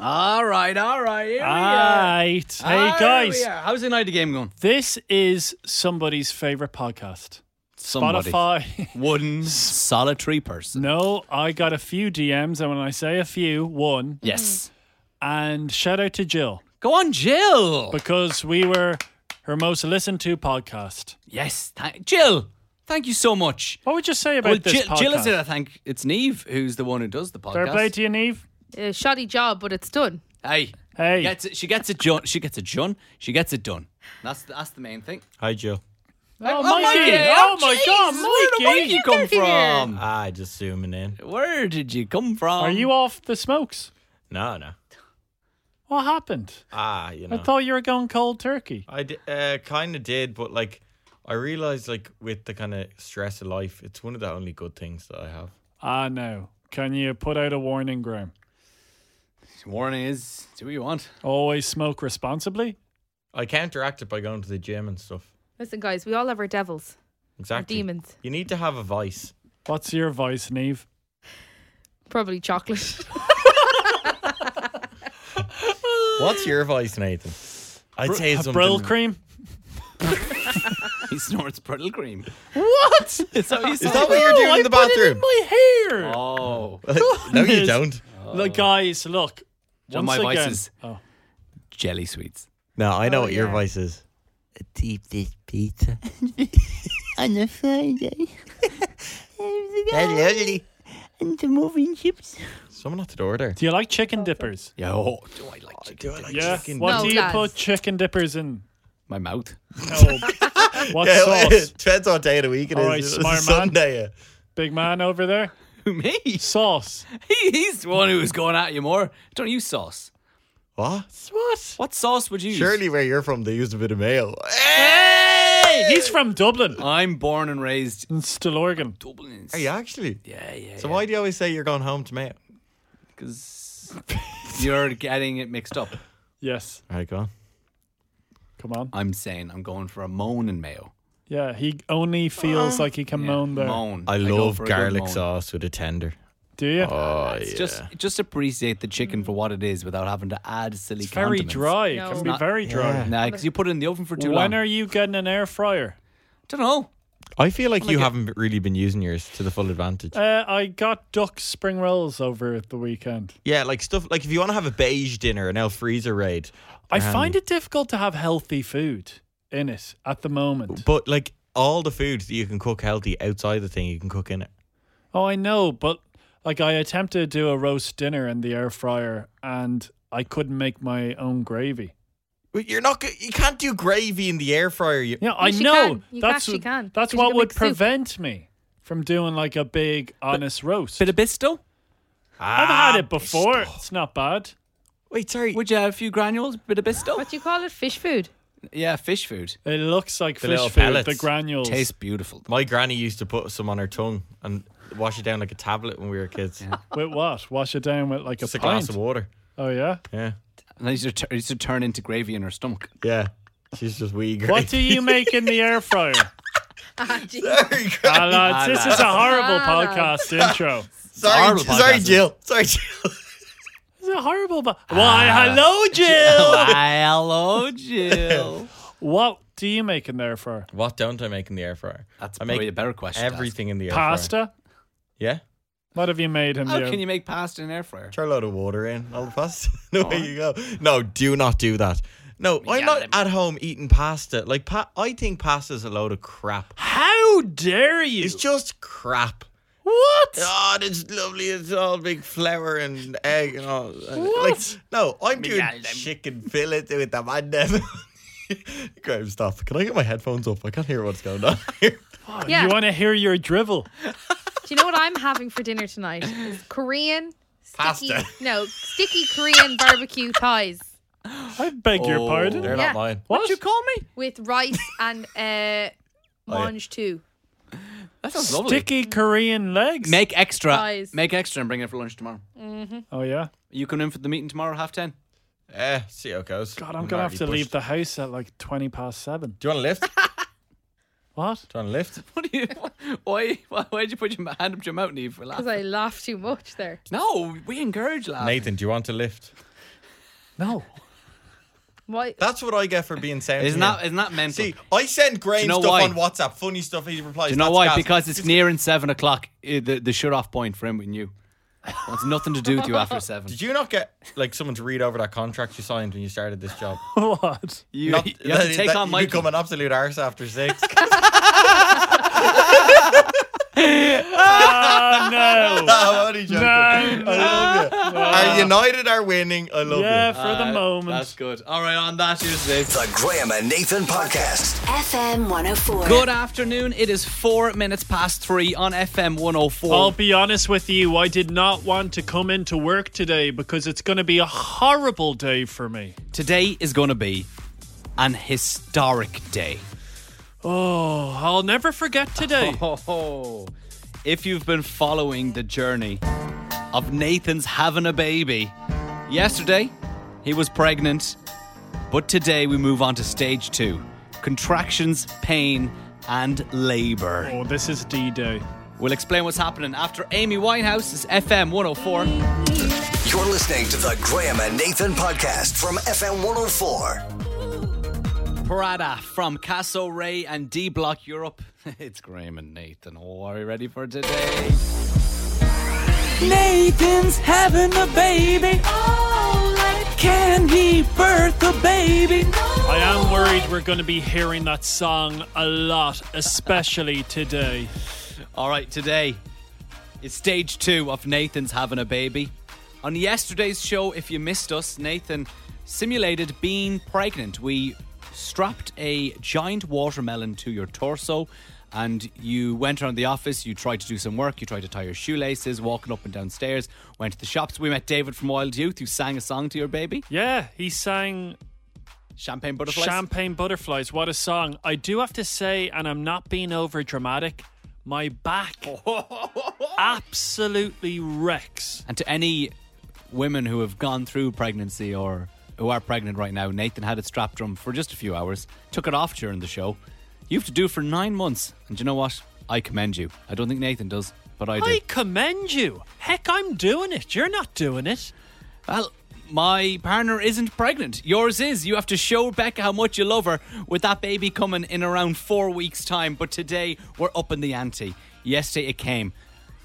All right, all right. Here we are. Right. Hey, Ah, here guys. we are. How's the night of game going? This is somebody's favorite podcast. Somebody. Spotify. Wooden, solitary person. no, I got a few DMs, and when I say a few, one. Yes. And shout out to Jill Go on, Jill. because we were her most listened to podcast. yes. Th- Jill, thank you so much. What would you say about Well, this Jill, podcast? Jill is it, I think. It's Neve who's the one who does the Fair podcast. play to you, Neve. A shoddy job, but it's done. Hey. Hey. Gets it, she gets it done. She gets it done. She gets it done. That's the, that's the main thing. Hi, Joe. Oh, Mikey. Oh, my Jesus, God, Where did Mikey. Mikey come from? Ah, just zooming in. Where did you come from? Are you off the smokes? No, no. What happened? Ah, you know. I thought you were going cold turkey. I d- uh, kind of did, but like, I realized like with the kind of stress of life, it's one of the only good things that I have. Ah, no. Can you put out a warning, Graham? Warren is. Do what you want. Always smoke responsibly. I counteract it by going to the gym and stuff. Listen, guys, we all have our devils, our Exactly. demons. You need to have a vice. What's your vice, Neve? Probably chocolate. What's your vice, Nathan? I'd say A something. Brill cream? He snorts brittle cream. What? Is that what you Is that what you're doing in the bathroom? my hair. Oh. no, you Yes. don't. Look, guys, look. John, Once my again, vices. Oh. Jelly sweets. No, I know Oh, what your yeah. vice is. deep dish pizza on a Friday. That's lovely. And the moving chips. Someone at the door there. Do you like chicken dippers? Yeah. Oh, do I like chicken? I like Yeah. chicken What No, do you guys. put chicken dippers in? My mouth. No. what sauce? Depends on day of the week it is. All right, It's a smart man. Sunday. yeah. Big man over there. Who, me? He, Sauce. he's the one who was going at you more. Don't use sauce. What? What? What sauce would you use? Surely where you're from, they used a bit of mayo. Hey! He's from Dublin. I'm born and raised In Stillorgan. Dublin. Are you actually? Oh, Yeah, yeah. So why do you always say you're going home to mayo? Because you're getting it mixed up. Yes. All right, go on. Come on. I'm saying I'm going for a moan and mayo. Yeah, he only Uh. feels like he can moan there. Moan. I go love for a good garlic moan. sauce with a tender. Do you? Oh, It's yeah. just just appreciate the chicken for what it is without having to add silly It's very condiments. dry. It No. can It's be not- very dry. Nah, because you put it in the oven for too When long. are you getting an air fryer? don't know. I feel like you haven't really been using yours to the full advantage. Uh, I got duck spring rolls over at the weekend. yeah, like stuff like if you want to have a beige dinner, an El Freezer raid, I find it difficult to have healthy food in it at the moment. but like all the food that you can cook healthy outside the thing, you can cook in it. Oh, I know, but like I attempted to do a roast dinner in the air fryer and I couldn't make my own gravy. But You're not. go- You can't do gravy in the air fryer. You, Yeah, I Yes, you know. can. You that's actually can, that's 'cause you what can would make soup. prevent me from doing like a big honest roast. Bit of bisto. I've had Ah, it before. It's not bad. Wait, sorry. Would you have a few granules? Bit of bisto. what do you call it? Fish food. yeah, fish food. It looks like The fish little food, the pellets. granules. Tastes beautiful. My granny used to put some on her tongue and wash it down like a tablet when we were kids. with what? Wash it down with like Just a, a glass pint. of water. Oh yeah. Yeah. And then it used to, it used to turn into gravy in her stomach. Yeah. She's just wee gravy. What do you make in the air fryer? Ah, Sorry, gra- Ah, lads, this is a horrible Ah, podcast intro. sorry, horrible sorry, podcasting. Jill. Sorry, Jill. This is a horrible. Po- Why, Ah. hello, Jill. Why, hello, oh, Jill. What do you make in the air fryer? What don't I make in the air fryer? That's I probably a make better question. to ask. everything in the air fryer. Pasta. Yeah. What have you made in How the air? can you make pasta in an air fryer? Try a load of water in. All the pasta. no way you go. No, do not do that. No, I'm not at home eating pasta. Like, pa- I think pasta's a load of crap. How dare you? It's just crap. What? Oh, it's lovely. It's all big flour and egg and all. Like, no, I'm doing chicken fillet with the madness. Graham, stop. Can I get my headphones up? I can't hear what's going on here. yeah. You want to hear your drivel? do you know what I'm having for dinner tonight? Is Korean sticky, Pasta. No, sticky Korean barbecue thighs I beg Oh. your pardon. They're Yeah. not mine. What you call me? with rice and uh, mange too. That sounds lovely. Sticky Korean legs. Make extra. Guys. Make extra and bring it for lunch tomorrow. oh yeah. You come in for the meeting tomorrow, half ten. Eh, see how it goes. God, I'm gonna have to leave the house at like twenty past seven. Do you want to lift? do What? you want to lift? What do you? Why? Why why'd you put your ma- hand up your mouth, Neve? We're Because laughing. I laugh too much there. No, we encourage laughing. Nathan, do you want to lift? No. Why? That's what I get for being sound. Isn't engineer. that isn't that mental? See, I send Graham know stuff why? on WhatsApp, funny stuff. He replies. Do you know "That's why? gas." Because it's nearing seven o'clock. eh, The the shut off point for him and you. Wants nothing to do with you after seven. Did you not get like someone to read over that contract you signed when you started this job? What? You, Not- you have to that- take that on you Michael. become an absolute arse after six. Ah, no. I'm only joking. No. Ah. I love you. Our United are winning. I love Yeah, you. for the Uh, moment. That's good. All right, on that, here's Dave. The Graham and Nathan Podcast. FM 104. Good afternoon. It is four minutes past three on FM 104. I'll be honest with you, I did not want to come into work today because it's going to be a horrible day for me. Today is going to be an historic day. Oh, I'll never forget today. Oh, if you've been following the journey of Nathan's having a baby, yesterday he was pregnant, but today we move on to stage two contractions, pain, and labor. Oh, this is D Day. We'll explain what's happening after Amy Winehouse's FM 104. You're listening to the Graham and Nathan Podcast from FM 104. Prada from Casso Ray and D Block Europe. it's Graham and Nathan. Oh, are you ready for today? Nathan's having a baby. Oh, like can he birth a baby? I am worried we're going to be hearing that song a lot, especially today. All right, today is stage two of Nathan's having a baby. On yesterday's show, if you missed us, Nathan simulated being pregnant. We strapped a giant watermelon to your torso. And you went around the office, you tried to do some work, you tried to tie your shoelaces, walking up and down stairs, went to the shops. We met David from Wild Youth, who sang a song to your baby, Yeah, he sang Champagne Butterflies. Champagne Butterflies. What a song. I do have to say, and I'm not being over dramatic, my back absolutely wrecks. And to any women who have gone through pregnancy or who are pregnant right now, Nathan had it strapped to him for just a few hours, took it off during the show. You have to do it for nine months. And you know what? I commend you. I don't think Nathan does, but I do. I commend you. Heck, I'm doing it. You're not doing it. Well, my partner isn't pregnant. Yours is. You have to show Becca how much you love her with that baby coming in around four weeks' time. But today, we're up in the ante. Yesterday, it came.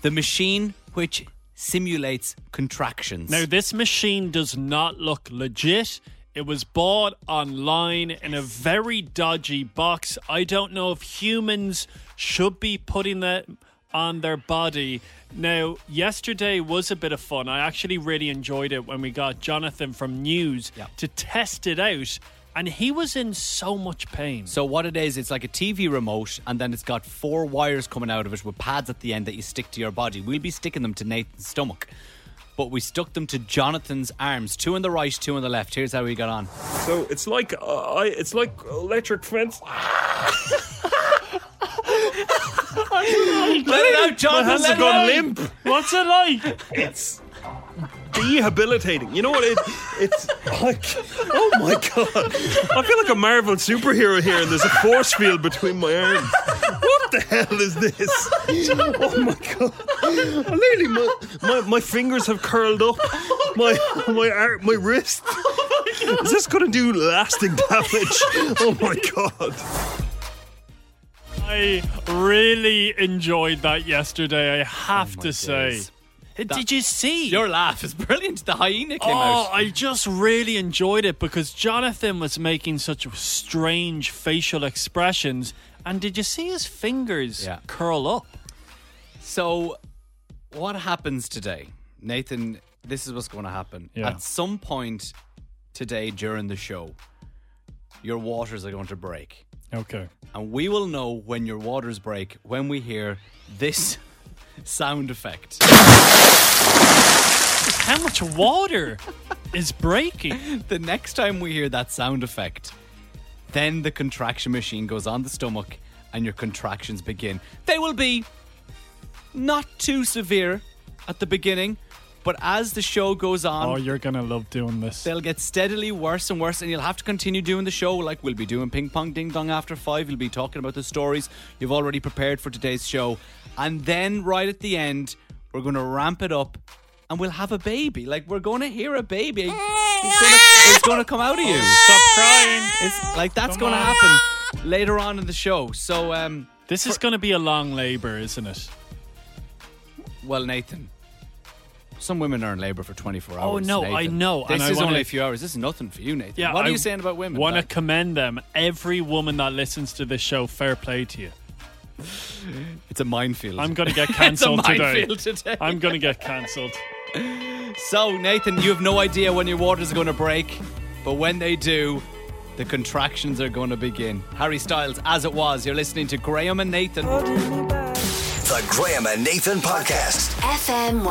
The machine which simulates contractions. Now, this machine does not look legit. It was bought online in a very dodgy box. I don't know if humans should be putting that on their body. Now, yesterday was a bit of fun. I actually really enjoyed it when we got Jonathan from News Yeah. to test it out, and he was in so much pain. So what it is, it's like a TV remote, and then it's got four wires coming out of it with pads at the end that you stick to your body. We'll be sticking them to Nathan's stomach, but we stuck them to Jonathan's arms, two on the right, two on the left. Here's how we got on. So it's like uh, I, it's like electric fence. Let it out, Jonathan. Let it out. What's it like? It's rehabilitating. You know what? It, it's like oh my god! I feel like a Marvel superhero here, and there's a force field between my arms. What the hell is this? Oh my god! I Literally, my, my, my fingers have curled up. My my ar- my wrist. Is this gonna do lasting damage? Oh my god! I really enjoyed that yesterday, I have Oh my to say. days. Did you see? Your laugh is brilliant. The hyena came oh, out. I just really enjoyed it because Jonathan was making such strange facial expressions. And did you see his fingers Yeah. curl up? So, what happens today, Nathan? This is what's going to happen. Yeah. At some point today during the show, your waters are going to break. Okay. and we will know when your waters break when we hear this sound effect. How much water is breaking? the next time we hear that sound effect, then the contraction machine goes on the stomach and your contractions begin. They will be not too severe at the beginning, but as the show goes on, Oh, you're going to love doing this. They'll get steadily worse and worse, and you'll have to continue doing the show. Like we'll be doing ping pong ding dong after five. You'll be talking about the stories you've already prepared for today's show, and then right at the end, we're going to ramp it up and we'll have a baby. Like we're going to hear a baby. It's gonna, it's gonna come out of you. Stop crying. It's like that's Come gonna on. happen later on in the show. So, um, This is going to be a long labor, isn't it? well, Nathan. Some women are in labour for 24 hours. Oh, no, I Nathan. know, This and I is wanna- only a few hours. This is nothing for you, Nathan. Yeah. what are I you saying about women? Want to Like, commend them? Every woman that listens to this show, fair play to you. it's a minefield. I'm going to get it's a cancelled today. minefield today. I'm going to get cancelled. So, Nathan, you have no idea when your waters are going to break, but when they do, the contractions are going to begin. Harry Styles, as it was, you're listening to Graham and Nathan. The Graham and Nathan Podcast. FM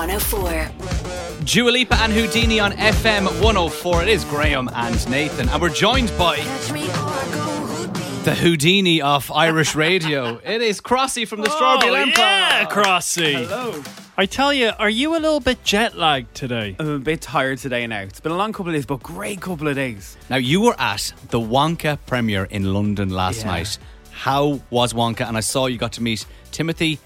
104. Dua Lipa and Houdini on FM 104. It is Graham and Nathan, and we're joined by Catch me or go Houdini. the Houdini of Irish radio. It is Crossy from the Strawberry oh, Lamp yeah, Club. Crossy. Hello. I tell you, are you a little bit jet lagged today? I'm a bit tired today now. It's been a long couple of days, but great couple of days. Now, you were at the Wonka premiere in London last Yeah. night. How was Wonka? And I saw you got to meet Timothy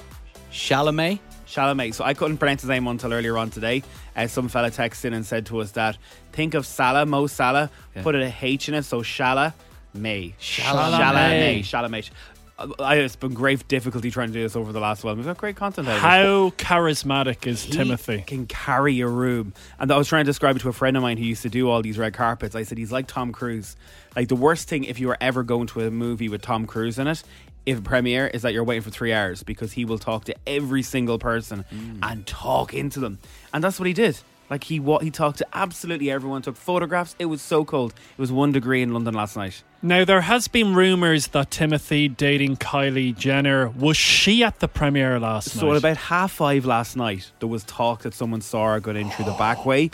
Chalamet. Chalamet. So I couldn't pronounce his name until earlier on today. Uh, some fella texted in and said to us that think of Salah, Mo Salah, put a H in it, so Shala May. Chalamet. Chalamet. Chalamet. Uh, I it's been great difficulty trying to do this over the last while. We've got great content. out of it. How charismatic is He Timothy? can carry a room. And I was trying to describe it to a friend of mine who used to do all these red carpets. I said he's like Tom Cruise. Like the worst thing if you were ever going to a movie with Tom Cruise in it, if a premiere is that you're waiting for three hours because he will talk to every single person and talk into them. And that's what he did. Like he wa- he talked to absolutely everyone, took photographs. It was so cold. It was one degree in London last night. Now there has been rumors that Timothy dating Kylie Jenner. Was she at the premiere last So night? at about half five last night, there was talk that someone saw her going in through the back way.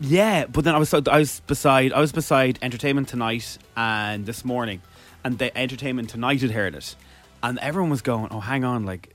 Yeah, but then I was so- I was beside I was beside Entertainment Tonight and this morning, and the Entertainment Tonight had heard it, and everyone was going, "Oh, hang on, like."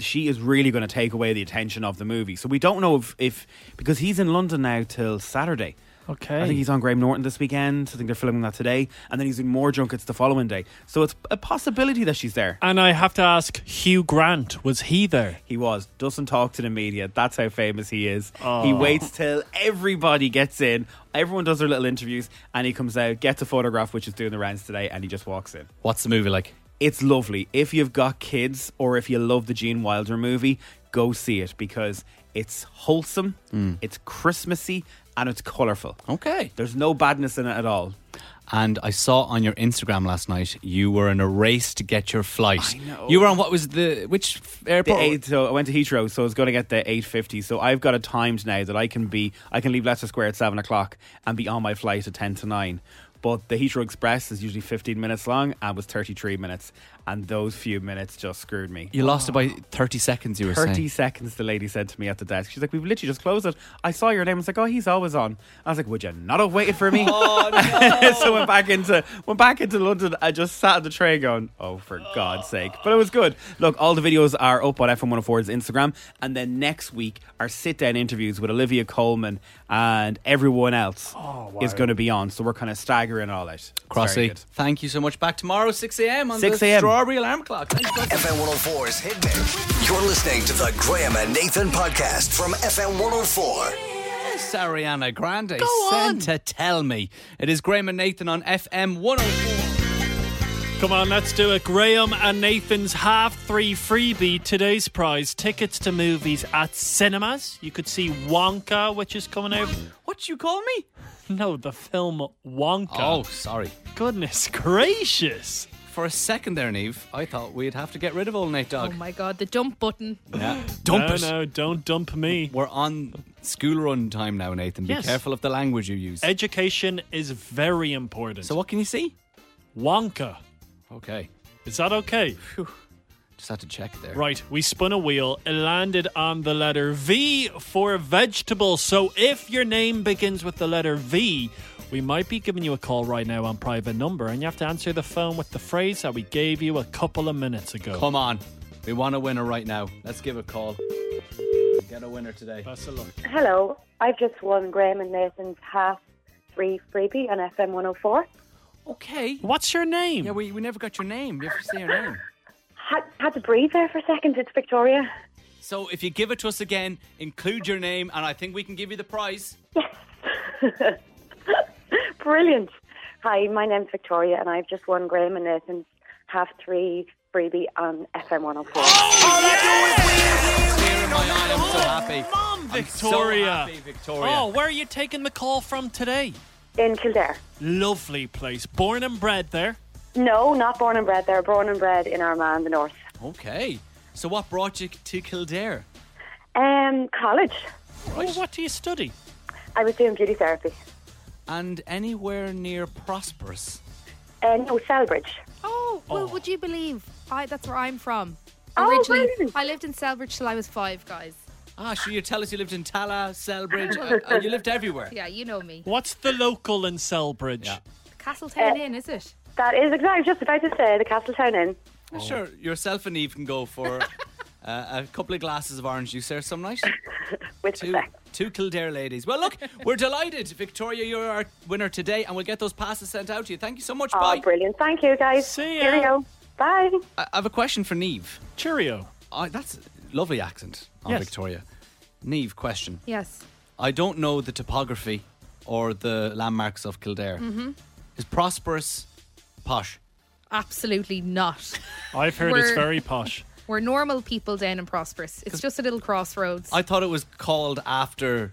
She is really going to take away the attention of the movie, so we don't know if, if because he's in London now till Saturday. Okay. I think he's on Graham Norton this weekend. I think they're filming that today, and then he's doing more junkets the following day. So it's a possibility that she's there. and I have to ask, Hugh Grant was he there? He was. Doesn't talk to the media. That's how famous he is. He waits till everybody gets in. Everyone does their little interviews, and he comes out, gets a photograph, which is doing the rounds today, and he just walks in. What's the movie like? It's lovely. If you've got kids or if you love the Gene Wilder movie, go see it because it's wholesome, it's Christmassy, and it's colourful. Okay. There's no badness in it at all. And I saw on your Instagram last night you were in a race to get your flight. I know. You were on what was the which f- The airport? eight, so I went to Heathrow, so I was going to get the eight fifty. So I've got a timed now that I can be, I can leave Leicester Square at seven o'clock and be on my flight at ten to nine. But the Heathrow Express is usually fifteen minutes long and was thirty three minutes, and those few minutes just screwed me. You lost it by thirty seconds. You were Thirty saying. seconds, the lady said to me at the desk. She's like, "We've literally just closed it." I saw your name. I was like, "Oh, he's always on." I was like, "Would you not have waited for me?" so went back into went back into London. I just sat on the train going, "Oh, for God's sake!" But it was good. Look, all the videos are up on FM104's Instagram, and then next week our sit down interviews with Olivia Coleman and everyone else is going to be on. So we're kind of staggering it all out. It's very Crossy, good. thank you so much. Back tomorrow, six a.m. on 6 the a.m.. Strawberry Alarm Clock. Thank you, Crossy. FM 104's Hit Mix. You're listening to the Graham and Nathan Podcast from FM 104. Yes, Ariana Grande. Go on. Santa, tell me. It is Graham and Nathan on FM one hundred and four. Come on, let's do it. Graham and Nathan's half three freebie. Today's prize: tickets to movies at cinemas. You could see Wonka, which is coming out. What you call me? No, the film Wonka. Oh, sorry. goodness gracious! For a second there, Neve, I thought we'd have to get rid of old Nate Oh Dog. my god, the dump button. yeah. Dump no, it. no, don't dump me. We're on school run time now, Nathan. Be Yes. careful of the language you use. Education is very important. So what can you see? Wonka. Okay. Is that okay? Just had to check there. Right, we spun a wheel. It landed on the letter V for vegetable. So if your name begins with the letter V, we might be giving you a call right now on private number, and you have to answer the phone with the phrase that we gave you a couple of minutes ago. Come on. We want a winner right now. Let's give a call. Get a winner today. Best of luck. Hello, I've just won Graham and Nathan's half three freebie on FM 104. Okay. What's your name? Yeah, we, we never got your name. You have to say your name. Had, had to breathe there for a second. It's Victoria. So if you give it to us again, include your name, and I think we can give you the prize. Brilliant. Hi, my name's Victoria, and I've just won Graham and Nathan's half three freebie on FM 104. I'm so happy. Mom, Victoria. Victoria. Oh, where are you taking the call from today? In Kildare. Lovely place. Born and bred there. No, not born and bred there, born and bred in Armagh, in the north. Okay. So what brought you to Kildare? Um, college. Oh, what do you study? I was doing beauty therapy. And anywhere near prosperous? Uh, no, Selbridge. Oh, well, would you believe? I, that's where I'm from. Oh, Originally, brilliant. I lived in Selbridge till I was five, guys. Ah, so you tell us you lived in Tala, Selbridge, uh, uh, you lived everywhere. Yeah, you know me. What's the local in Selbridge? Castletown Uh, Inn, is it? That is exactly, I was just about to say, the Castletown Inn. Sure, yourself and Eve can go for uh, a couple of glasses of orange juice there some night. With two, two Kildare ladies. Well, look, we're delighted, Victoria. You're our winner today, and we'll get those passes sent out to you. Thank you so much. Oh, Bye. brilliant. Thank you, guys. See ya. Cheerio. Bye. I I have a question for Neve. Cheerio. I that's a lovely accent on Yes. Victoria. Neve, question. Yes. I don't know the topography or the landmarks of Kildare. hmm Is prosperous posh? Absolutely not. I've heard it's We're- very posh. We're normal people down in Prosperous. It's just a little crossroads. I thought it was called after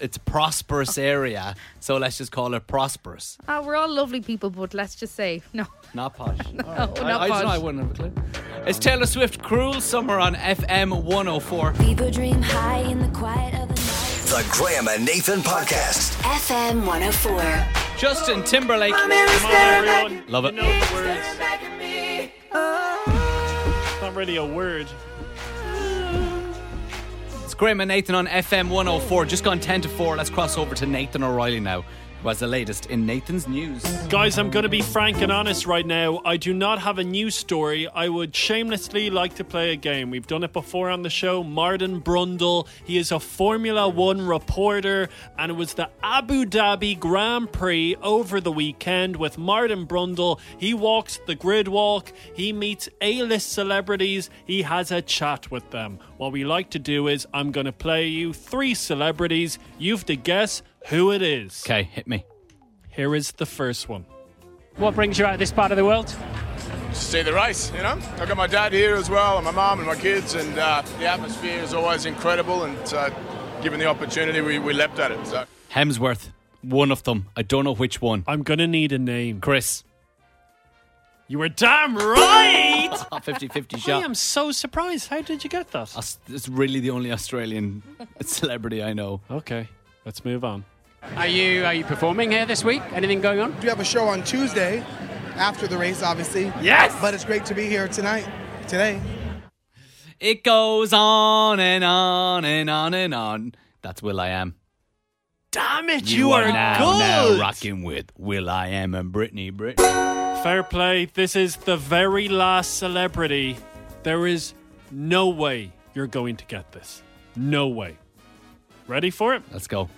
its prosperous area, so let's just call it prosperous, Ah, we're all lovely people, but let's just say no. not posh. No, Alright. not I, I, posh. I wouldn't have a clue. It's Taylor Swift, "Cruel Summer" on FM 104. People dream high in the quiet of the night. The Graham and Nathan Podcast. FM 104. Justin Timberlake. Love it. It's not really a word. It's Graham and Nathan on FM 104. Just gone 10 to 4. Let's cross over to Nathan O'Reilly now, who has the latest in Nathan's news. Guys, I'm going to be frank and honest right now. I do not have a news story. I would shamelessly like to play a game. We've done it before on the show. Martin Brundle, he is a Formula One reporter, and it was the Abu Dhabi Grand Prix over the weekend with Martin Brundle. He walks the grid walk, he meets A list celebrities, he has a chat with them. What we like to do is I'm going to play you three celebrities. You have to guess who it is. Okay, hit me. Here is the first one. What brings you out of this part of the world? to see the race, you know. I've got my dad here as well, and my mum and my kids, and uh, the atmosphere is always incredible. And uh, given the opportunity, we, we leapt at it. So. Hemsworth, one of them. I don't know which one. I'm going to need a name. Chris. You were damn right! 50 50 I shot. am so surprised. How did you get that? Aus- It's really the only Australian celebrity I know. Okay, let's move on. Are you are you performing here this week? Anything going on? We have a show on Tuesday after the race, obviously. Yes! But it's great to be here tonight, today. It goes on and on and on and on. That's Will I Am. Damn it, now, now rocking with Will I Am and Britney. Brit. Fair play. This is the very last celebrity. There is no way you're going to get this. No way. Ready for it? Let's go.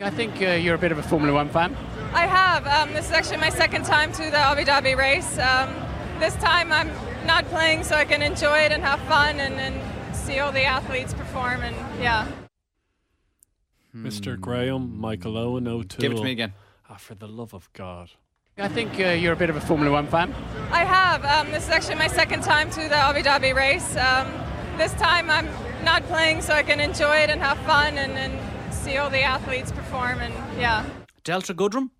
I think uh, you're a bit of a Formula One fan. I have. Um, this is actually my second time to the Abu Dhabi race. Um, this time I'm not playing, so I can enjoy it and have fun and, and see all the athletes perform. And yeah. Mr. Graham, Michael Owen, O'Toole. Hmm. Give it to me again. Ah, for the love of God. I think uh, you're a bit of a Formula One fan. I have. Um, this is actually my second time to the Abu Dhabi race. Um, this time I'm not playing, so I can enjoy it and have fun and, and see all the athletes perform. And yeah. Delta Goodrum?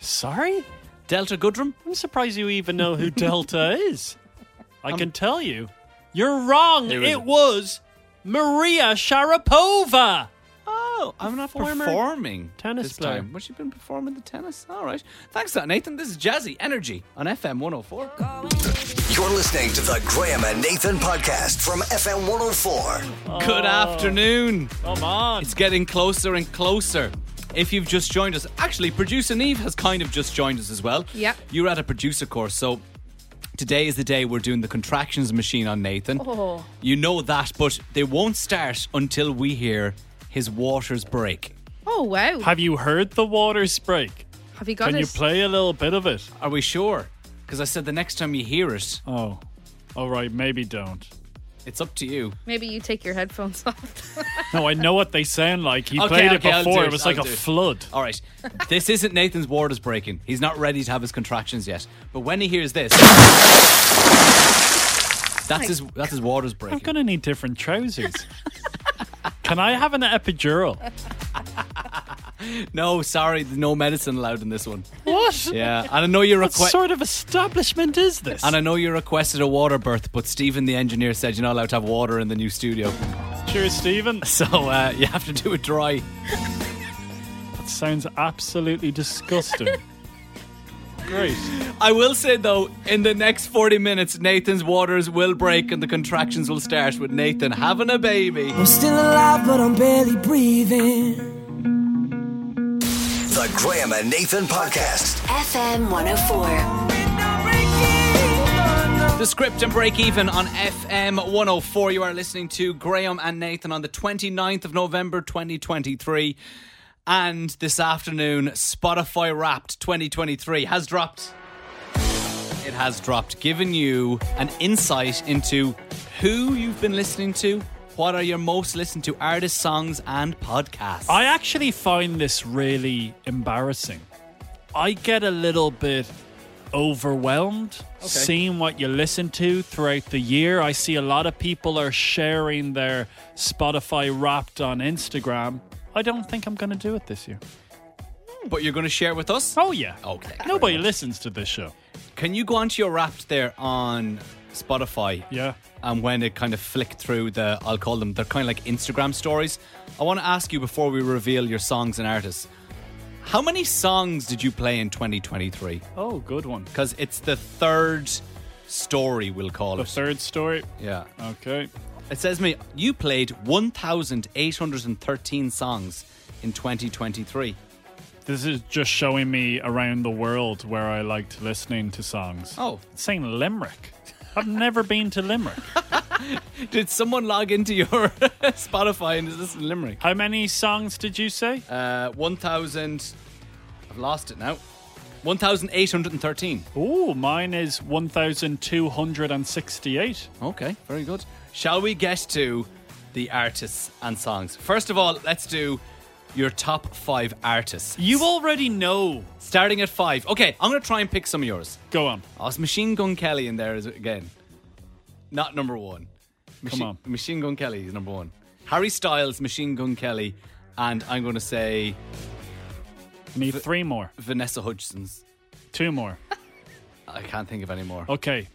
Sorry? Delta Goodrum? I'm surprised you even know who Delta is. I can tell you. You're wrong. Who It is was, it? Maria Sharapova. Oh, I'm not Former performing tennis this player. time. Well, she been performing the tennis. All right. Thanks, for that, Nathan. This is Jazzy Energy on FM 104. You're listening to the Graham and Nathan Podcast from FM 104. Good afternoon. Come on. It's getting closer and closer. If you've just joined us, actually, producer Neve has kind of just joined us as well. Yep. You're at a producer course, so today is the day we're doing the contractions machine on Nathan. Oh. You know that, but they won't start until we hear his waters break. Oh wow. Have you heard the waters break? Have you got Can it? you play a little bit of it? Are we sure? Because I said the next time you hear it. Oh. All right, maybe don't. It's up to you. Maybe you take your headphones off. No, I know what they sound like. He Okay, played okay, I'll it before. do It, was like I'll a do it. flood. All right. This isn't Nathan's waters breaking. He's not ready to have his contractions yet. But when he hears this, that's his that's his waters I'm breaking. going to need different trousers. Can I have an epidural? No, sorry, there's no medicine allowed in this one. What? Yeah, and I know you What request. sort of establishment is this? And I know you requested a water birth, but Stephen, the engineer, said you're not allowed to have water in the new studio. Cheers, Stephen. So uh, you have to do it dry. That sounds absolutely disgusting. Great. I will say though, in the next 40 minutes, Nathan's waters will break and the contractions will start with Nathan having a baby. I'm still alive, but I'm barely breathing. The Graham and Nathan Podcast. FM 104. The script and break even on FM 104. You are listening to Graham and Nathan on the 29th of November 2023. And this afternoon, Spotify Wrapped 2023 has dropped. It has dropped, giving you an insight into who you've been listening to, what are your most listened to artists, songs, and podcasts. I actually find this really embarrassing. I get a little bit overwhelmed seeing what you listen to throughout the year. I see a lot of people are sharing their Spotify wrapped on Instagram. I don't think I'm going to do it this year. But you're going to share with us? Oh, yeah. Okay. Nobody listens to this show. Can you go onto your Wrapped there on Spotify? Yeah. And um, when it kind of flicked through the, I'll call them, they're kind of like Instagram stories. I want to ask you before we reveal your songs and artists, how many songs did you play in 2023? Oh, good one. Because it's the third story, we'll call The it. third story. Yeah. Okay. It says to me, you played 1,813 songs in 2023. This is just showing me around the world where I liked listening to songs. Oh. It's saying Limerick. I've never been to Limerick. Did someone log into your Spotify and is this in Limerick? How many songs did you say? Uh, 1,000. I've lost it now. 1,813. Oh, mine is 1,268. Okay, very good. Shall we get to the artists and songs? First of all, let's do your top five artists. You already know. Starting at five. Okay, I'm going to try and pick some of yours. Go on. Oh, it's Machine Gun Kelly in there is- again. Not number one. Machi- on. Machine Gun Kelly is number one. Harry Styles, Machine Gun Kelly, and I'm going to say I need three more, Vanessa Hudgens. two more. I can't think of any more. Okay.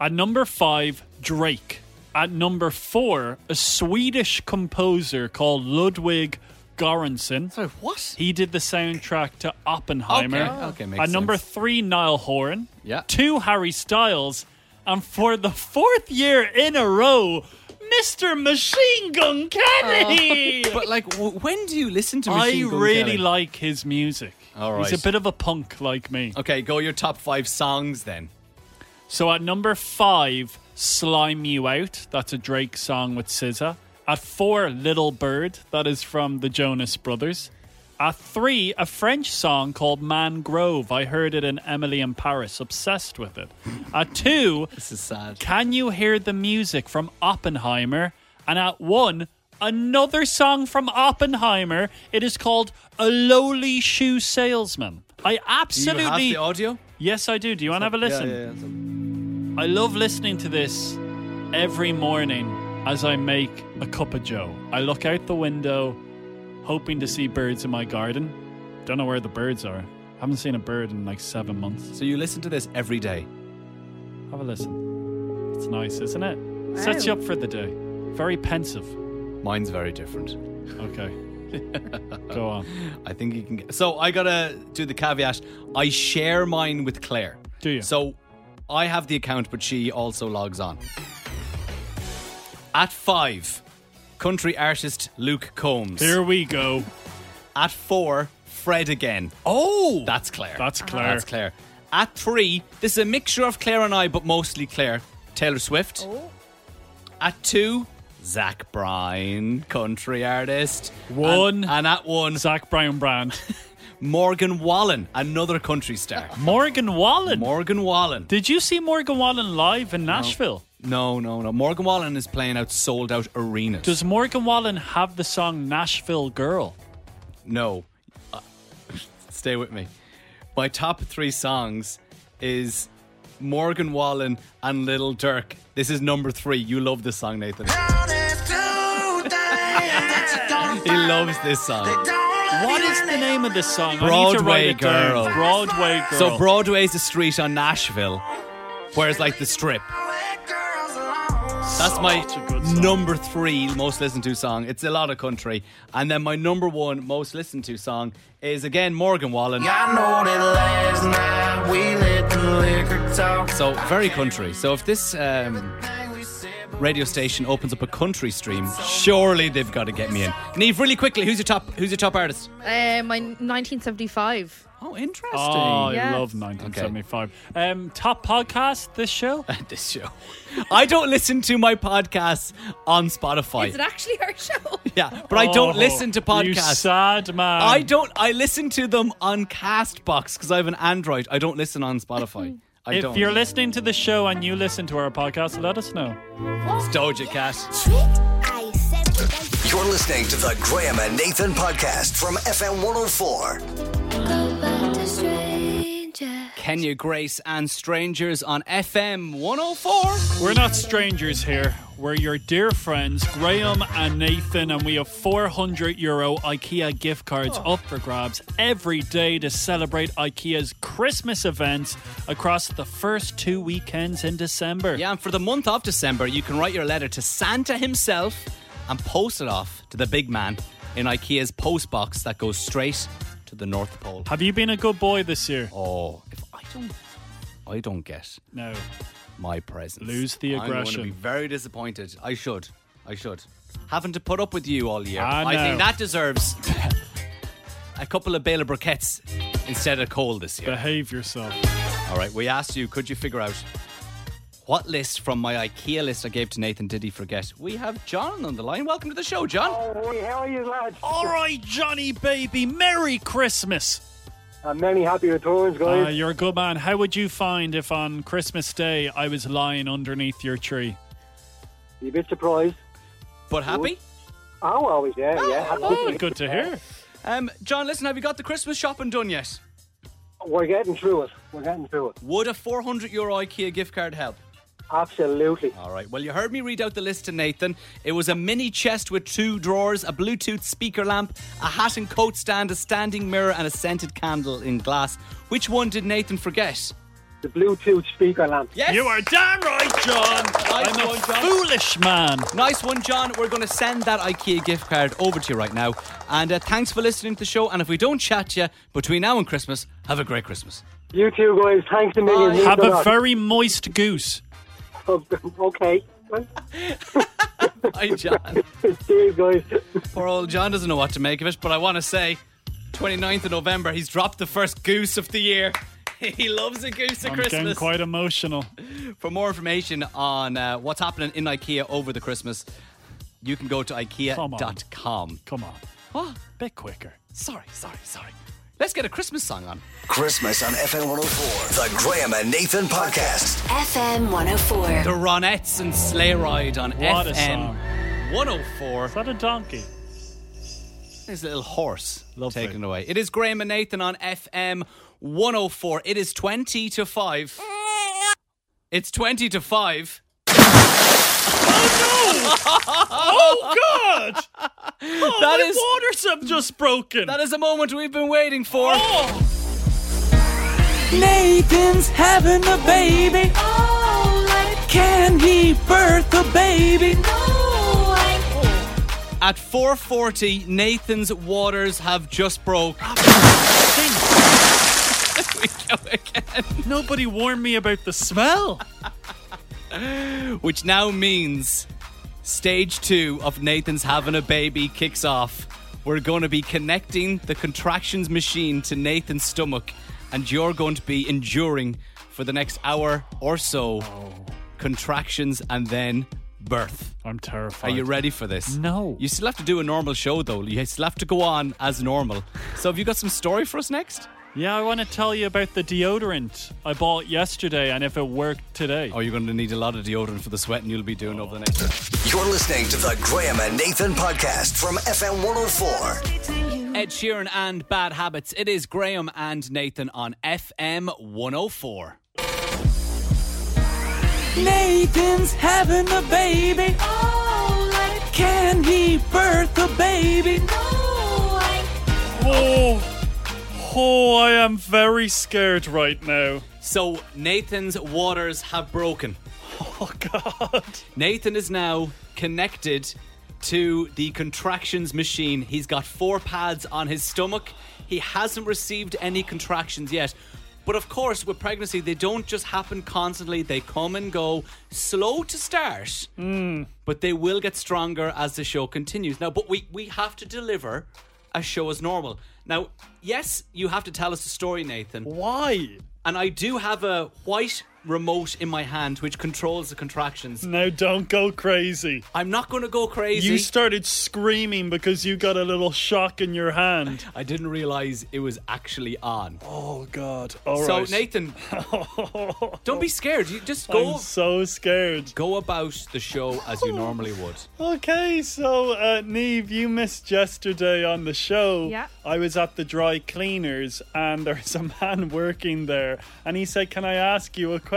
At number five, Drake. At number four, a Swedish composer called Ludwig Göransson. Sorry, what? He did the soundtrack to Oppenheimer. Okay, okay, makes At number sense. three, Niall Horan. Yeah. Two, Harry Styles. And for the fourth year in a row, Mr. Machine Gun Kelly. But like, w- when do you listen to I Machine Oh. Gun really Kelly? like his music. All He's right. a bit of a punk like me. Okay, go your top five songs then. So at number five, Slime You Out. That's a Drake song with SZA. At four, Little Bird. That is from the Jonas Brothers. At three, a French song called Mangrove. I heard it in Emily in Paris. Obsessed with it. At two, This is sad. Can You Hear the Music from Oppenheimer? And at one, another song from Oppenheimer. It is called A Lowly Shoe Salesman. I absolutely. Do you have the audio? Yes, I do. Do you want to have a listen? Yeah, yeah, yeah. I love listening to this every morning as I make a cup of joe. I look out the window, hoping to see birds in my garden. Don't know where the birds are. Haven't seen a bird in like seven months. So you listen to this every day. Have a listen. It's nice, isn't it? Sets you up for the day. Very pensive. Mine's very different. Okay. Go on. I think you can. Get... So I gotta do the caveat. I share mine with Claire. Do you? So I have the account, but she also logs on. At five, country artist Luke Combs. Here we go. At four, Fred again. Oh! That's Claire. That's Claire. Ah, That's Claire. At three, this is a mixture of Claire and I, but mostly Claire. Taylor Swift. At two, Zach Bryan, country artist. One. And, and at one, Zach Brown Brand. Morgan Wallen, another country star. Morgan Wallen. Morgan Wallen. Did you see Morgan Wallen live in Nashville? No, no, no. Morgan Wallen is playing out sold out arenas. Does Morgan Wallen have the song Nashville Girl? No. Uh, stay with me. My top three songs is Morgan Wallen and Little Dirk. This is number three. You love this song, Nathan. he loves this song. What is the name of this song? I need to write Broadway it down. girl. Broadway girl. So Broadway's a street on Nashville, whereas like the strip. That's my number three most listened to song. It's a lot of country. And then my number one most listened to song is again Morgan Wallen. So very country. So if this um, radio station opens up a country stream, surely they've got to get me in. Neve, really quickly, who's your top who's your top artist? Uh, my 1975. Oh, interesting. Oh, Yes. I love 1975. Um, top podcast this show? this show. I don't listen to my podcasts on Spotify. Is it actually our show? yeah, but I don't Oh, listen to you podcasts. sad man. I don't. I listen to them on Castbox because I have an Android. I don't listen on Spotify. I if don't. you're listening to the show and you listen to our podcast, let us know. It's Doja Cat. You're listening to the Graham and Nathan podcast from FM 104. Kenya Grace and Strangers on FM 104. We're not strangers here. We're your dear friends, Graham and Nathan, and we have 400 euro IKEA gift cards up for grabs every day to celebrate IKEA's Christmas events across the first two weekends in December. Yeah, and for the month of December, you can write your letter to Santa himself and post it off to the big man in IKEA's post box that goes straight to the North Pole. Have you been a good boy this year? Oh, if I don't, I don't get No. my presence. Lose the I'm going to aggression. be very disappointed. I should. I should. Having to put up with you all year. I think know. that deserves a couple of Baylor briquettes instead of coal this year. Behave yourself. All right, we asked you, could you figure out what list from my IKEA list I gave to Nathan did he forget? We have John on the line. Welcome to the show, John. how are you, lads? All right, Johnny baby, Merry Christmas. And Uh, many happy returns, guys. Uh, you're a good man. How would you find if on Christmas Day I was lying underneath your tree? you a bit surprised. But happy? Oh, always, yeah, yeah. happy. Oh, good to hear. Um, John, listen, have you got the Christmas shopping done yet? We're getting through it. We're getting through it. Would a 400 euro IKEA gift card help? Absolutely. All right. Well, you heard me read out the list to Nathan. It was a mini chest with two drawers, a Bluetooth speaker lamp, a hat and coat stand, a standing mirror, and a scented candle in glass. Which one did Nathan forget? The Bluetooth speaker lamp. Yes. You are damn right, John. I'm a foolish man. Nice one, John. We're going to send that IKEA gift card over to you right now. And uh, thanks for listening to the show. And if we don't chat to you between now and Christmas, have a great Christmas. You two guys, thanks a million. Means Have a a lot. Oh, very moist goose. okay. Hi, John. Cheers, guys. Poor old John doesn't know what to make of it, but I want to say 29th of November, he's dropped the first goose of the year. he loves a goose at I'm getting Christmas. quite emotional. For more information on uh, what's happening in IKEA over the Christmas, you can go to Come on. ikea.com. Come on. What? Bit quicker. Sorry, sorry, sorry. Let's get a Christmas song on. Christmas on FM 104. The Graham and Nathan podcast. FM 104. The Ronettes and Sleigh Ride on What a FM 104. Is that a donkey? oh His little horse taken away. It is Graham and Nathan on FM 104. It is 20 to 5. It's 20 to 5. Oh, God! Oh, That my is- waters have just broken. That is a moment we've been waiting for. Oh. Nathan's having a baby. Can he birth a baby? At 4:40, Nathan's waters have just broke. Nobody warned me about the smell. which now means stage two of Nathan's having a baby kicks off. We're going to be connecting the contractions machine to Nathan's stomach, and you're going to be enduring for the next hour or so contractions and then birth. I'm Are terrified. you ready for this? No. You still have to do a normal show, though. You still have to go on as normal. So, have you got some story for us next? Yeah, I want to tell you about the deodorant I bought yesterday and if it worked today. Oh, you're going to need a lot of deodorant for the sweating you'll be doing over the next. You're listening to the Graham and Nathan podcast from FM 104. Ed Sheeran and Bad Habits. It is Graham and Nathan on FM 104. Nathan's having a baby. Can he birth a baby? Oh, oh, I am very scared right now. So Nathan's waters have broken. Oh God! Nathan is now connected to the contractions machine. He's got four pads on his stomach. He hasn't received any contractions yet. But of course, with pregnancy, they don't just happen constantly. They come and go, slow to start, Hmm. but they will get stronger as the show continues. Now, but we, we have to deliver a show as normal. Now, yes, you have to tell us a story, Nathan. Why? And I do have a white remote in my hand which controls the contractions. Now don't go crazy. I'm not going to go crazy. You started screaming because you got a little shock in your hand. I didn't realize it was actually on. Oh God! All so right. Nathan, don't be scared. You just go. I'm so scared. Go about the show as you normally would. Okay, so uh, Neve, you missed yesterday on the show. Yeah. I was at the dry cleaners, and there's a man working there, and he said, "Can I ask you a question?"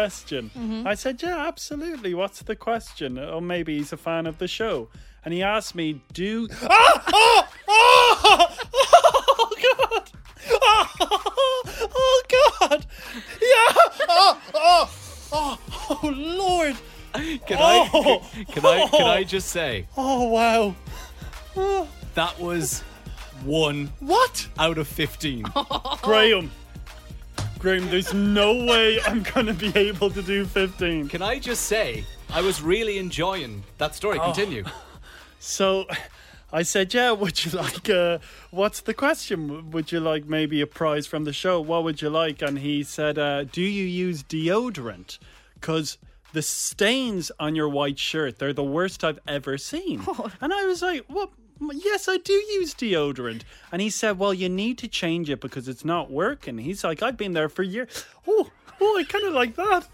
Mhm. I said, "Yeah, absolutely. What's the question?" Or maybe he's a fan of the show, and he asked me, "Do ah oh oh oh god oh oh god yeah oh oh oh oh lord." Can I? Oh! Can I? Can I just say Oh wow. Oh, that was one what? out of fifteen. Graham. Graham, there's no way I'm gonna be able to do 15. Can I just say I was really enjoying that Oh. story? Continue. So I said, yeah, would you like uh what's the question? Would you like maybe a prize from the show? What would you like? And he said, uh, do you use deodorant? Cause the stains on your white shirt, they're the worst I've ever seen. And I was like, what Yes, I do use deodorant. And he said, Well, you need to change it because it's not working. He's like, I've been there for years. Oh, oh, I kind of like that.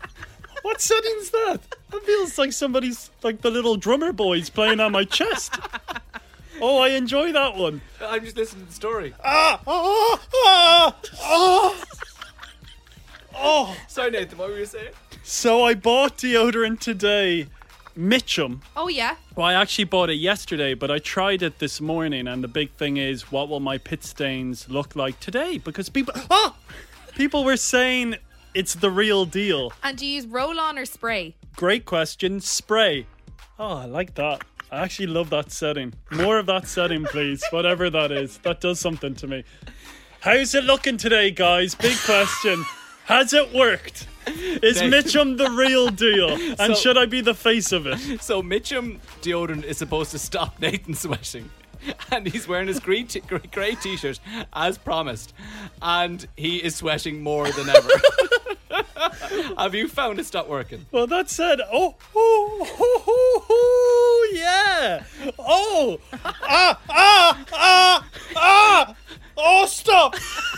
What setting's that? That feels like somebody's, like the little drummer boys playing on my chest. Oh, I enjoy that one. I'm just listening to the story. Ah, ah, ah, ah. Oh. Sorry, Nathan. What were you saying? So I bought deodorant today, Mitchum. Oh yeah. Well, I actually bought it yesterday, but I tried it this morning, and the big thing is, what will my pit stains look like today? Because people, ah, people were saying it's the real deal. And do you use roll on or spray? Great question. Spray. Oh, I like that. I actually love that setting. More of that setting, please. Whatever that is, that does something to me. How's it looking today, guys? Big question. Has it worked? Is Dave. Mitchum the real deal? And So- should I be the face of it? So Mitchum deodorant is supposed to stop Nathan sweating. And he's wearing his green t- gr- grey t-shirt as promised, and he is sweating more than ever. Have you found it's not working? Well, that said, oh, oh, oh, oh, oh, yeah, oh, ah, ah, ah, ah, oh, stop,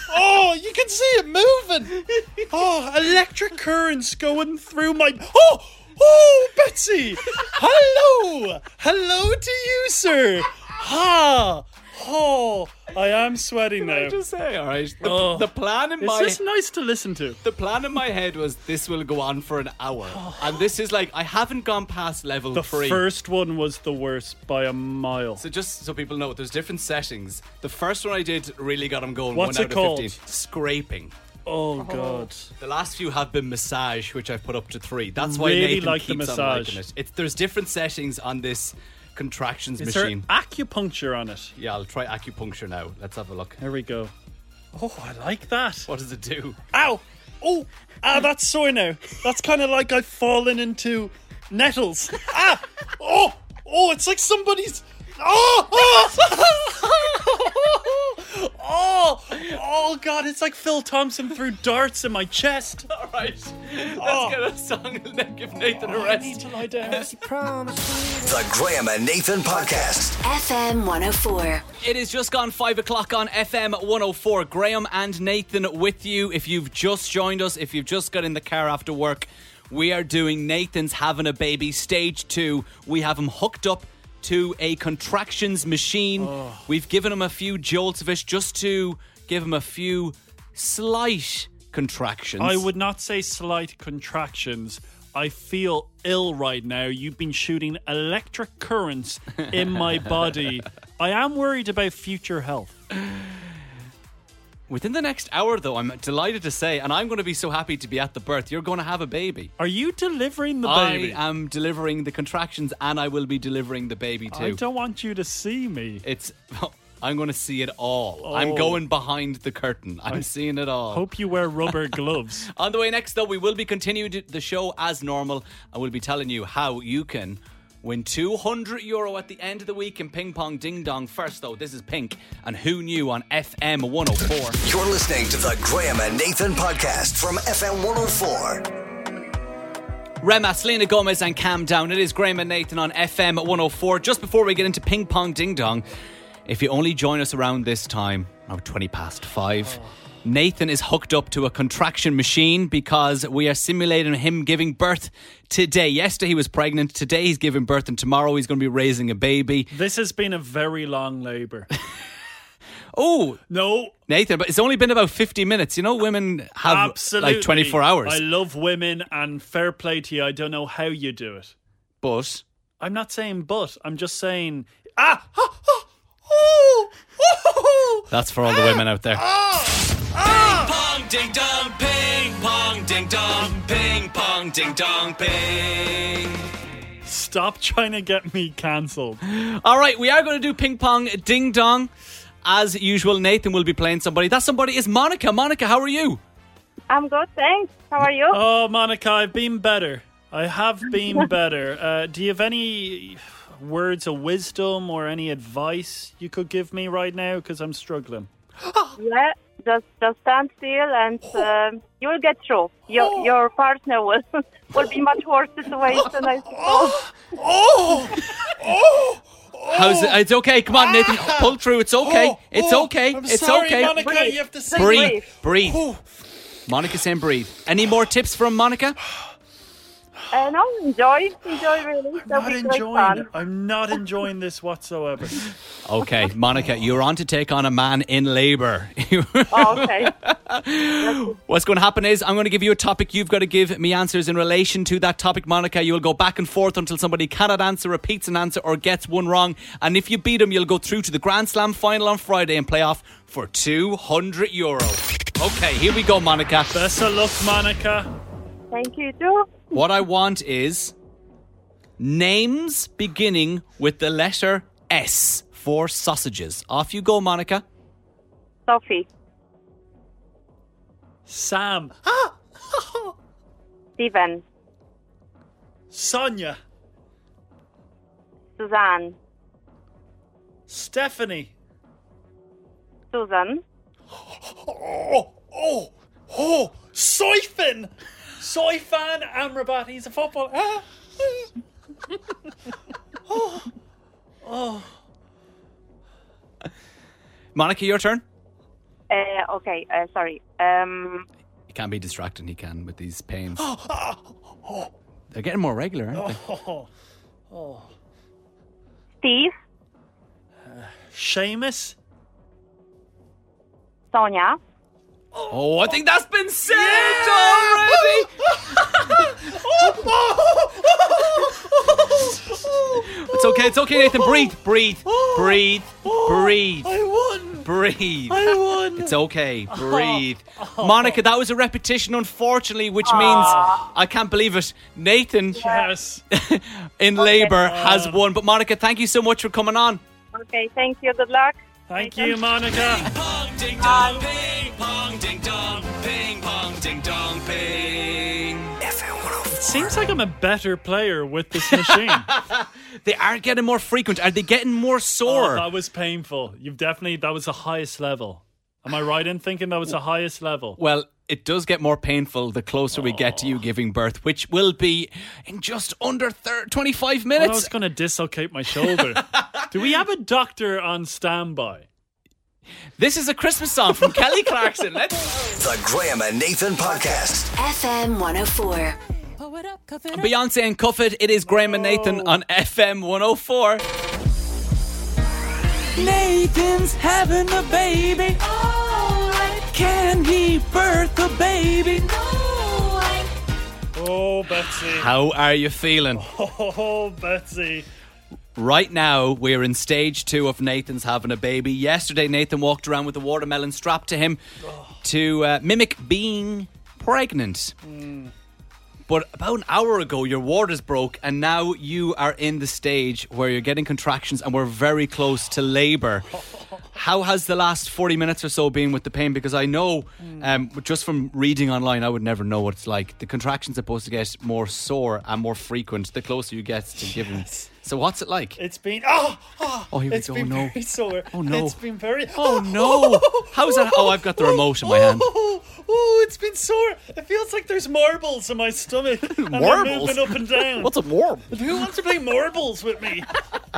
oh, you can see it moving, oh, electric currents going through my, oh, oh, Betsy, hello, hello to you, sir, ha, oh, I am sweating now. I just say, all right. The, Oh. the plan in It's my just nice to listen to. the plan in my head was this will go on for an hour, and this is like I haven't gone past level Oh. The three. first one was the worst by a mile. So just so people know, there's different settings. The first one I did really got him going. What's one it out called? of fifteen. Scraping. Oh, God. The last few have been massage, which I've put up to three. That's why Really Nathan like the keeps on massage. liking it. It's, there's different settings on this contractions Is machine. there acupuncture on it? Yeah, I'll try acupuncture now. Let's have a look. There we go. Oh, I like that. What does it do? Ow! Oh, ah, that's sore now. That's kind of like I've fallen into nettles. Ah! Oh! Oh, it's like somebody's. Oh! oh! Oh, oh God! It's like Phil Thompson threw darts in my chest. All right, let's Oh. get a song and then give Nathan a rest. I need to lie down. The Graham and Nathan Podcast. FM 104. It is just gone five o'clock on FM 104. Graham and Nathan with you. If you've just joined us, if you've just got in the car after work, we are doing Nathan's Having a Baby Stage 2. We have him hooked up to a contractions machine. Oh. We've given him a few jolts of it just to give him a few slight contractions. I would not say slight contractions. I feel ill right now. You've been shooting electric currents in my body. I am worried about future health. Within the next hour, though, I'm delighted to say, and I'm going to be so happy to be at the birth, you're going to have a baby. Are you delivering the baby? I am delivering the contractions and I will be delivering the baby too. I don't want you to see me. It's. I'm going to see it all. I'm Oh. going behind the curtain. I'm seeing it all. Hope you wear rubber gloves. On the way next, though, we will be continuing to- the show as normal. I will be telling you how you can win 200 euro at the end of the week in ping pong ding dong. First, though, this is Pink and Who Knew on FM 104. You're listening to the Graham and Nathan Podcast from FM 104. Rema, Selena Gomez, and Cam Down. It is Graham and Nathan on FM 104. Just before we get into Ping Pong Ding Dong, if you only join us around this time, now 20 past five, Nathan is hooked up to a contraction machine because we are simulating him giving birth today. Yesterday he was pregnant, today he's giving birth, and tomorrow he's going to be raising a baby. This has been a very long labor. Oh! No. Nathan, but it's only been about 50 minutes. You know, women have Absolutely. like 24 hours. I love women and fair play to you. I don't know how you do it. but. I'm not saying but. I'm just saying ah. ah, ah, oh, oh, That's for all the women out there. Pong ding dong, ping pong ding dong, ping pong ding dong, ping. Stop trying to get me cancelled. All right, we are going to do ping pong ding dong. As usual, Nathan will be playing somebody. That somebody is Monica. Monica, how are you? I'm good, thanks. How are you? Oh, Monica, I've been better. I have been better. Uh, do you have any words of wisdom or any advice you could give me right now? Because I'm struggling. yeah, just just stand still and Oh. um, you'll get through. Your your partner will will be much worse situation, I suppose. Oh! Oh! Ah! How's it? It's okay. Come on, Nathan. Pull through. It's okay. Oh, it's oh, okay. I'm it's sorry, okay. Monica, Breathe. you have to say breathe. Breathe. breathe. Monica saying breathe. Any more tips from Monica? Uh, no, enjoy, enjoy really. That'll Not be great enjoying. fun. it. I'm not enjoying this whatsoever. Okay, Monica, you're on to take on a man in labor. Oh, okay. What's going to happen is I'm going to give you a topic. You've got to give me answers in relation to that topic, Monica. You'll go back and forth until somebody cannot answer, repeats an answer, or gets one wrong. And if you beat them, you'll go through to the Grand Slam final on Friday and play off for 200 euro. Okay, here we go, Monica. Best of luck, Monica. Thank you too. What I want is names beginning with the letter S for sausages. Off you go, Monica. Sophie, Sam, Stephen, Sonia, Suzanne, Stephanie. Susan, Oh, oh, oh, Soifan! Soifan Amrabat, he's a footballer. Ah. oh, oh. Monica, your turn. uh, okay, uh, sorry. Um, He can't be distracting, he can with these pains. oh, They're getting more regular, aren't they? oh, oh. Steve, Seamus? Sonia. Oh, I think that's been said already. it's okay, it's okay, Nathan. Breathe, breathe, breathe, breathe, I won! breathe. I won! It's okay, breathe. Monica, that was a repetition, unfortunately, which means I can't believe it. Nathan Yes. in labour has won. But Monica, thank you so much for coming on. Okay, thank you. Good luck. Thank you, Monica. Ding dong, ping pong, ding dong, ping pong, ding dong, ping. FM 104. seems like I'm a better player with this machine. they are getting more frequent. Are they getting more Oh, sore? that was painful. You've definitely that was the highest level. Am I right in thinking that was the highest level? well, it does get more painful the closer we get to you giving birth, which will be in just under thir- 25 Well, I minutes. was going to dislocate my shoulder. Do we have a doctor on standby? This is a Christmas song from Kelly Clarkson. The Graham and Nathan Podcast. FM 104. Beyonce and Cuff It. It is Graham and Nathan on FM 104. Nathan's having a baby. Can he birth a baby? Oh, Betsy. How are you feeling? Oh, Betsy. Right now, we're in stage two of Nathan's having a baby. Yesterday, Nathan walked around with a watermelon strapped to him to uh, mimic being pregnant. But about an hour ago, your waters broke, and now you are in the stage where you're getting contractions, and we're very close to labor. How has the last 40 minutes or so been with the pain? Because I know, um, just from reading online, I would never know what it's like. The contractions are supposed to get more sore and more frequent the closer you get to giving. So, what's it like? It's been oh, oh, Oh, here we it's go, been no. very sore. Oh, no. It's been very Oh, no. How's that? Oh, I've got the remote in my hand. Oh, oh, it's been sore. It feels like there's marbles in my stomach. and they're Marbles? moving up and down. What's a worm? Who wants to play marbles with me?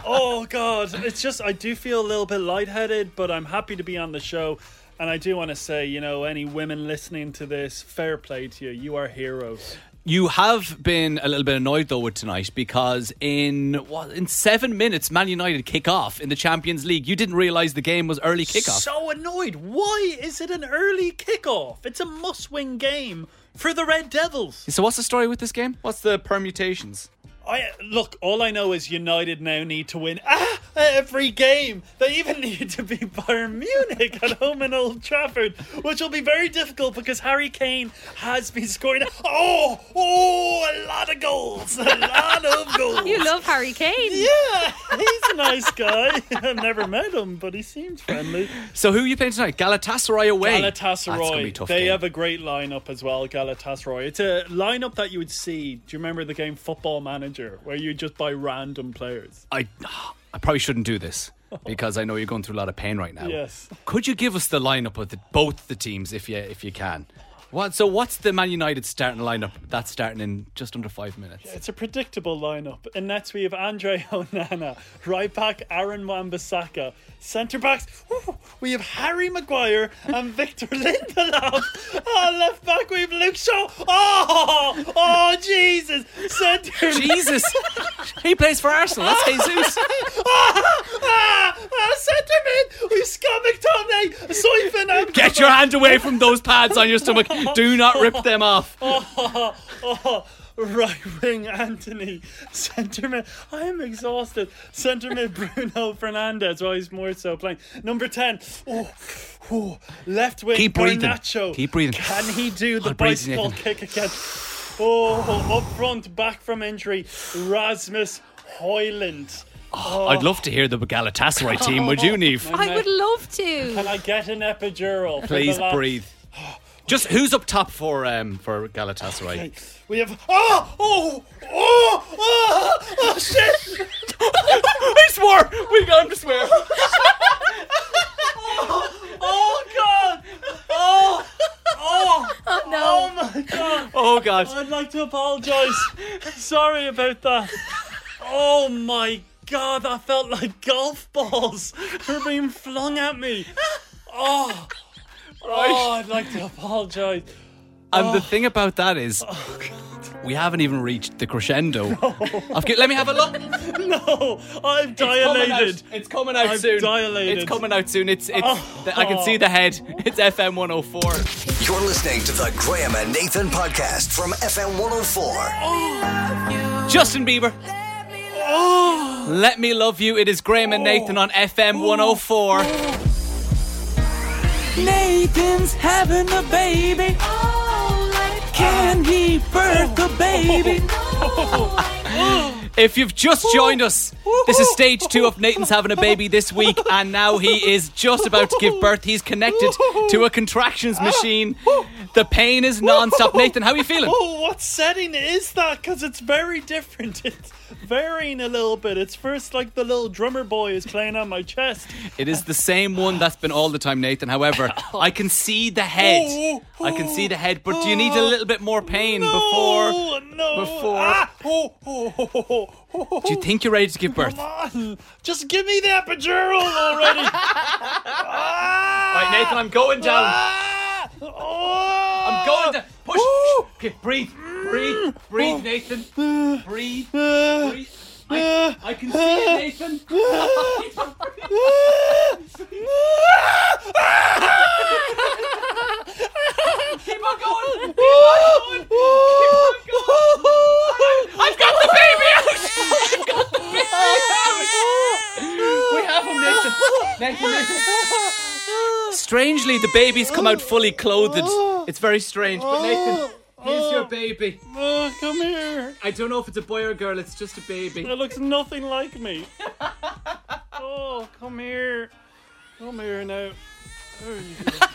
Oh God, it's just I do feel a little bit lightheaded, but I'm happy to be on the show. And I do want to say, you know, any women listening to this, fair play to you. You are heroes. You have been a little bit annoyed though with tonight because in what in seven minutes, Man United kick off in the Champions League. You didn't realise the game was early kickoff. So annoyed. Why is it an early kickoff? It's a must-win game for the Red Devils. So what's the story with this game? What's the permutations? I look. All I know is United now need to win ah, every game. They even need to beat Bayern Munich at home in Old Trafford, which will be very difficult because Harry Kane has been scoring. Oh, oh, a lot of goals, a lot of goals. You love Harry Kane. Yeah, he's a nice guy. I've never met him, but he seems friendly. So who are you playing tonight? Galatasaray away. That's Galatasaray. gonna be a tough they game. have a great lineup as well. Galatasaray. It's a lineup that you would see. Do you remember the game Football Manager, where you just buy random players? I I probably shouldn't do this because I know you're going through a lot of pain right now. Yes. Could you give us the lineup of the, both the teams if you if you can? What so what's the Man United starting lineup? That's starting in just under five minutes. It's a predictable lineup. In nets we have Andre Onana, right back Aaron Wan-Bissaka, centre backs woo, we have Harry Maguire and Victor Lindelof. oh, left back we have Luke Shaw. Oh, oh Jesus! Centre Jesus, he plays for Arsenal. That's Jesus. ah, ah, ah, centre mid we have Scott McTominay, Soifin and Get your hand away from those pads on your stomach. Do not rip them off. oh, oh, right wing Anthony, centre mid. I am exhausted. Centre mid Bruno Fernandez. Well, he's more so playing number ten. Oh, oh, left wing Keep breathing. Garnacho. Keep breathing. Can he do the Hard breathing, bicycle kick again? Oh, up front, back from injury, Rasmus Hoyland. Oh, I'd love to hear the Galatasaray team, would you, Neve? I would love to. Can I get an epidural? for the Please last- breathe. Just who's up top for um for Galatasaray? We have oh oh oh oh, oh shit! I swore we got him to swear. Oh god! Oh oh Oh no. oh my god! Oh god. I'd like to apologise. Sorry about that. Oh my god! That felt like golf balls were being flung at me. Oh. Oh, I'd like to apologise. And Oh. the thing about that is, we haven't even reached the crescendo. I've g- let me have a look. No, I'm It's dilated. coming out, it's coming out I'm soon. dilated. It's coming out soon. It's it's. Oh. I can see the head. It's FM 104. You're listening to the Graham and Nathan Podcast from FM 104. Justin Bieber. Let me love you. It is Graham and Nathan on FM 104. Nathan's having a baby. Can he birth a baby? If you've just joined us, this is stage two of Nathan's having a baby this week, and now he is just about to give birth. He's connected to a contractions machine. The pain is non-stop. Nathan, how are you feeling? Oh, what setting is that? Because it's very different. It's varying a little bit. It's first like the little drummer boy is playing on my chest. It is the same one that's been all the time, Nathan. However, I can see the head. Oh, I can see the head, but do you need a oh. little bit more pain Oh, no. before? Ah, oh, oh, oh, oh, oh, oh, oh. Before? Do you think you're ready to give birth? Come on. Just give me the epidural already. Right, Nathan, I'm going down. Ah! Oh! I'm going down. Push. Okay, breathe, breathe, breathe, Nathan. Breathe, breathe. I, I can see it, Nathan. Keep on going. Keep on going. Keep on going. I've got the baby out. I've got the baby out. We have him, Nathan. Nathan, Nathan. Strangely, the baby's come out fully clothed. It's very strange, but Nathan, here's your baby. Oh, come here. I don't know if it's a boy or girl, it's just a baby. It looks nothing like me. oh, come here. Come here now. There you go.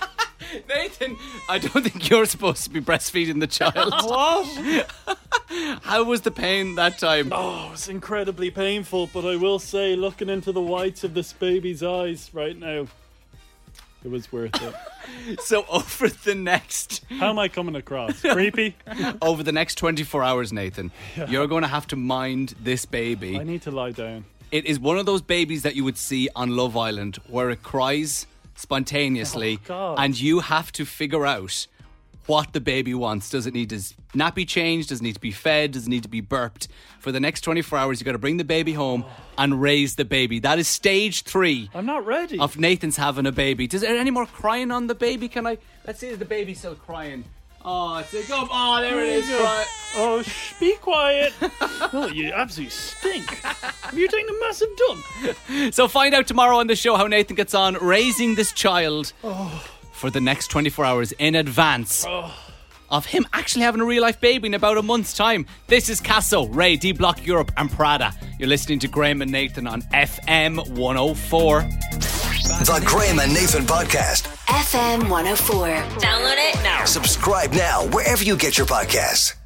Nathan, I don't think you're supposed to be breastfeeding the child. What? How was the pain that time? Oh, it's incredibly painful, but I will say, looking into the whites of this baby's eyes right now, it was worth it. So over the next How am I coming across? Creepy? over the next 24 hours, Nathan, you're going to have to mind this baby. I need to lie down. It is one of those babies that you would see on Love Island where it cries spontaneously God. and you have to figure out what the baby wants. Does it need his nappy changed? Does it need to be fed? Does it need to be burped? For the next 24 hours, you got to bring the baby home and raise the baby. That is stage three I'm not ready. of Nathan's having a baby. Does there any more crying on the baby? Can I? Let's see, is the baby still crying? Oh, it's a go. Oh, there it is. Cry. Oh, shh, be quiet. oh, you absolutely stink. Have you taken a massive dump? So find out tomorrow on the show how Nathan gets on raising this child for the next 24 hours in advance of him actually having a real life baby in about a month's time. This is Casso, Ray, D Block Europe, and Prada. You're listening to Graham and Nathan on FM 104. The Graham and Nathan Podcast. FM 104. Download it now. Subscribe now wherever you get your podcasts.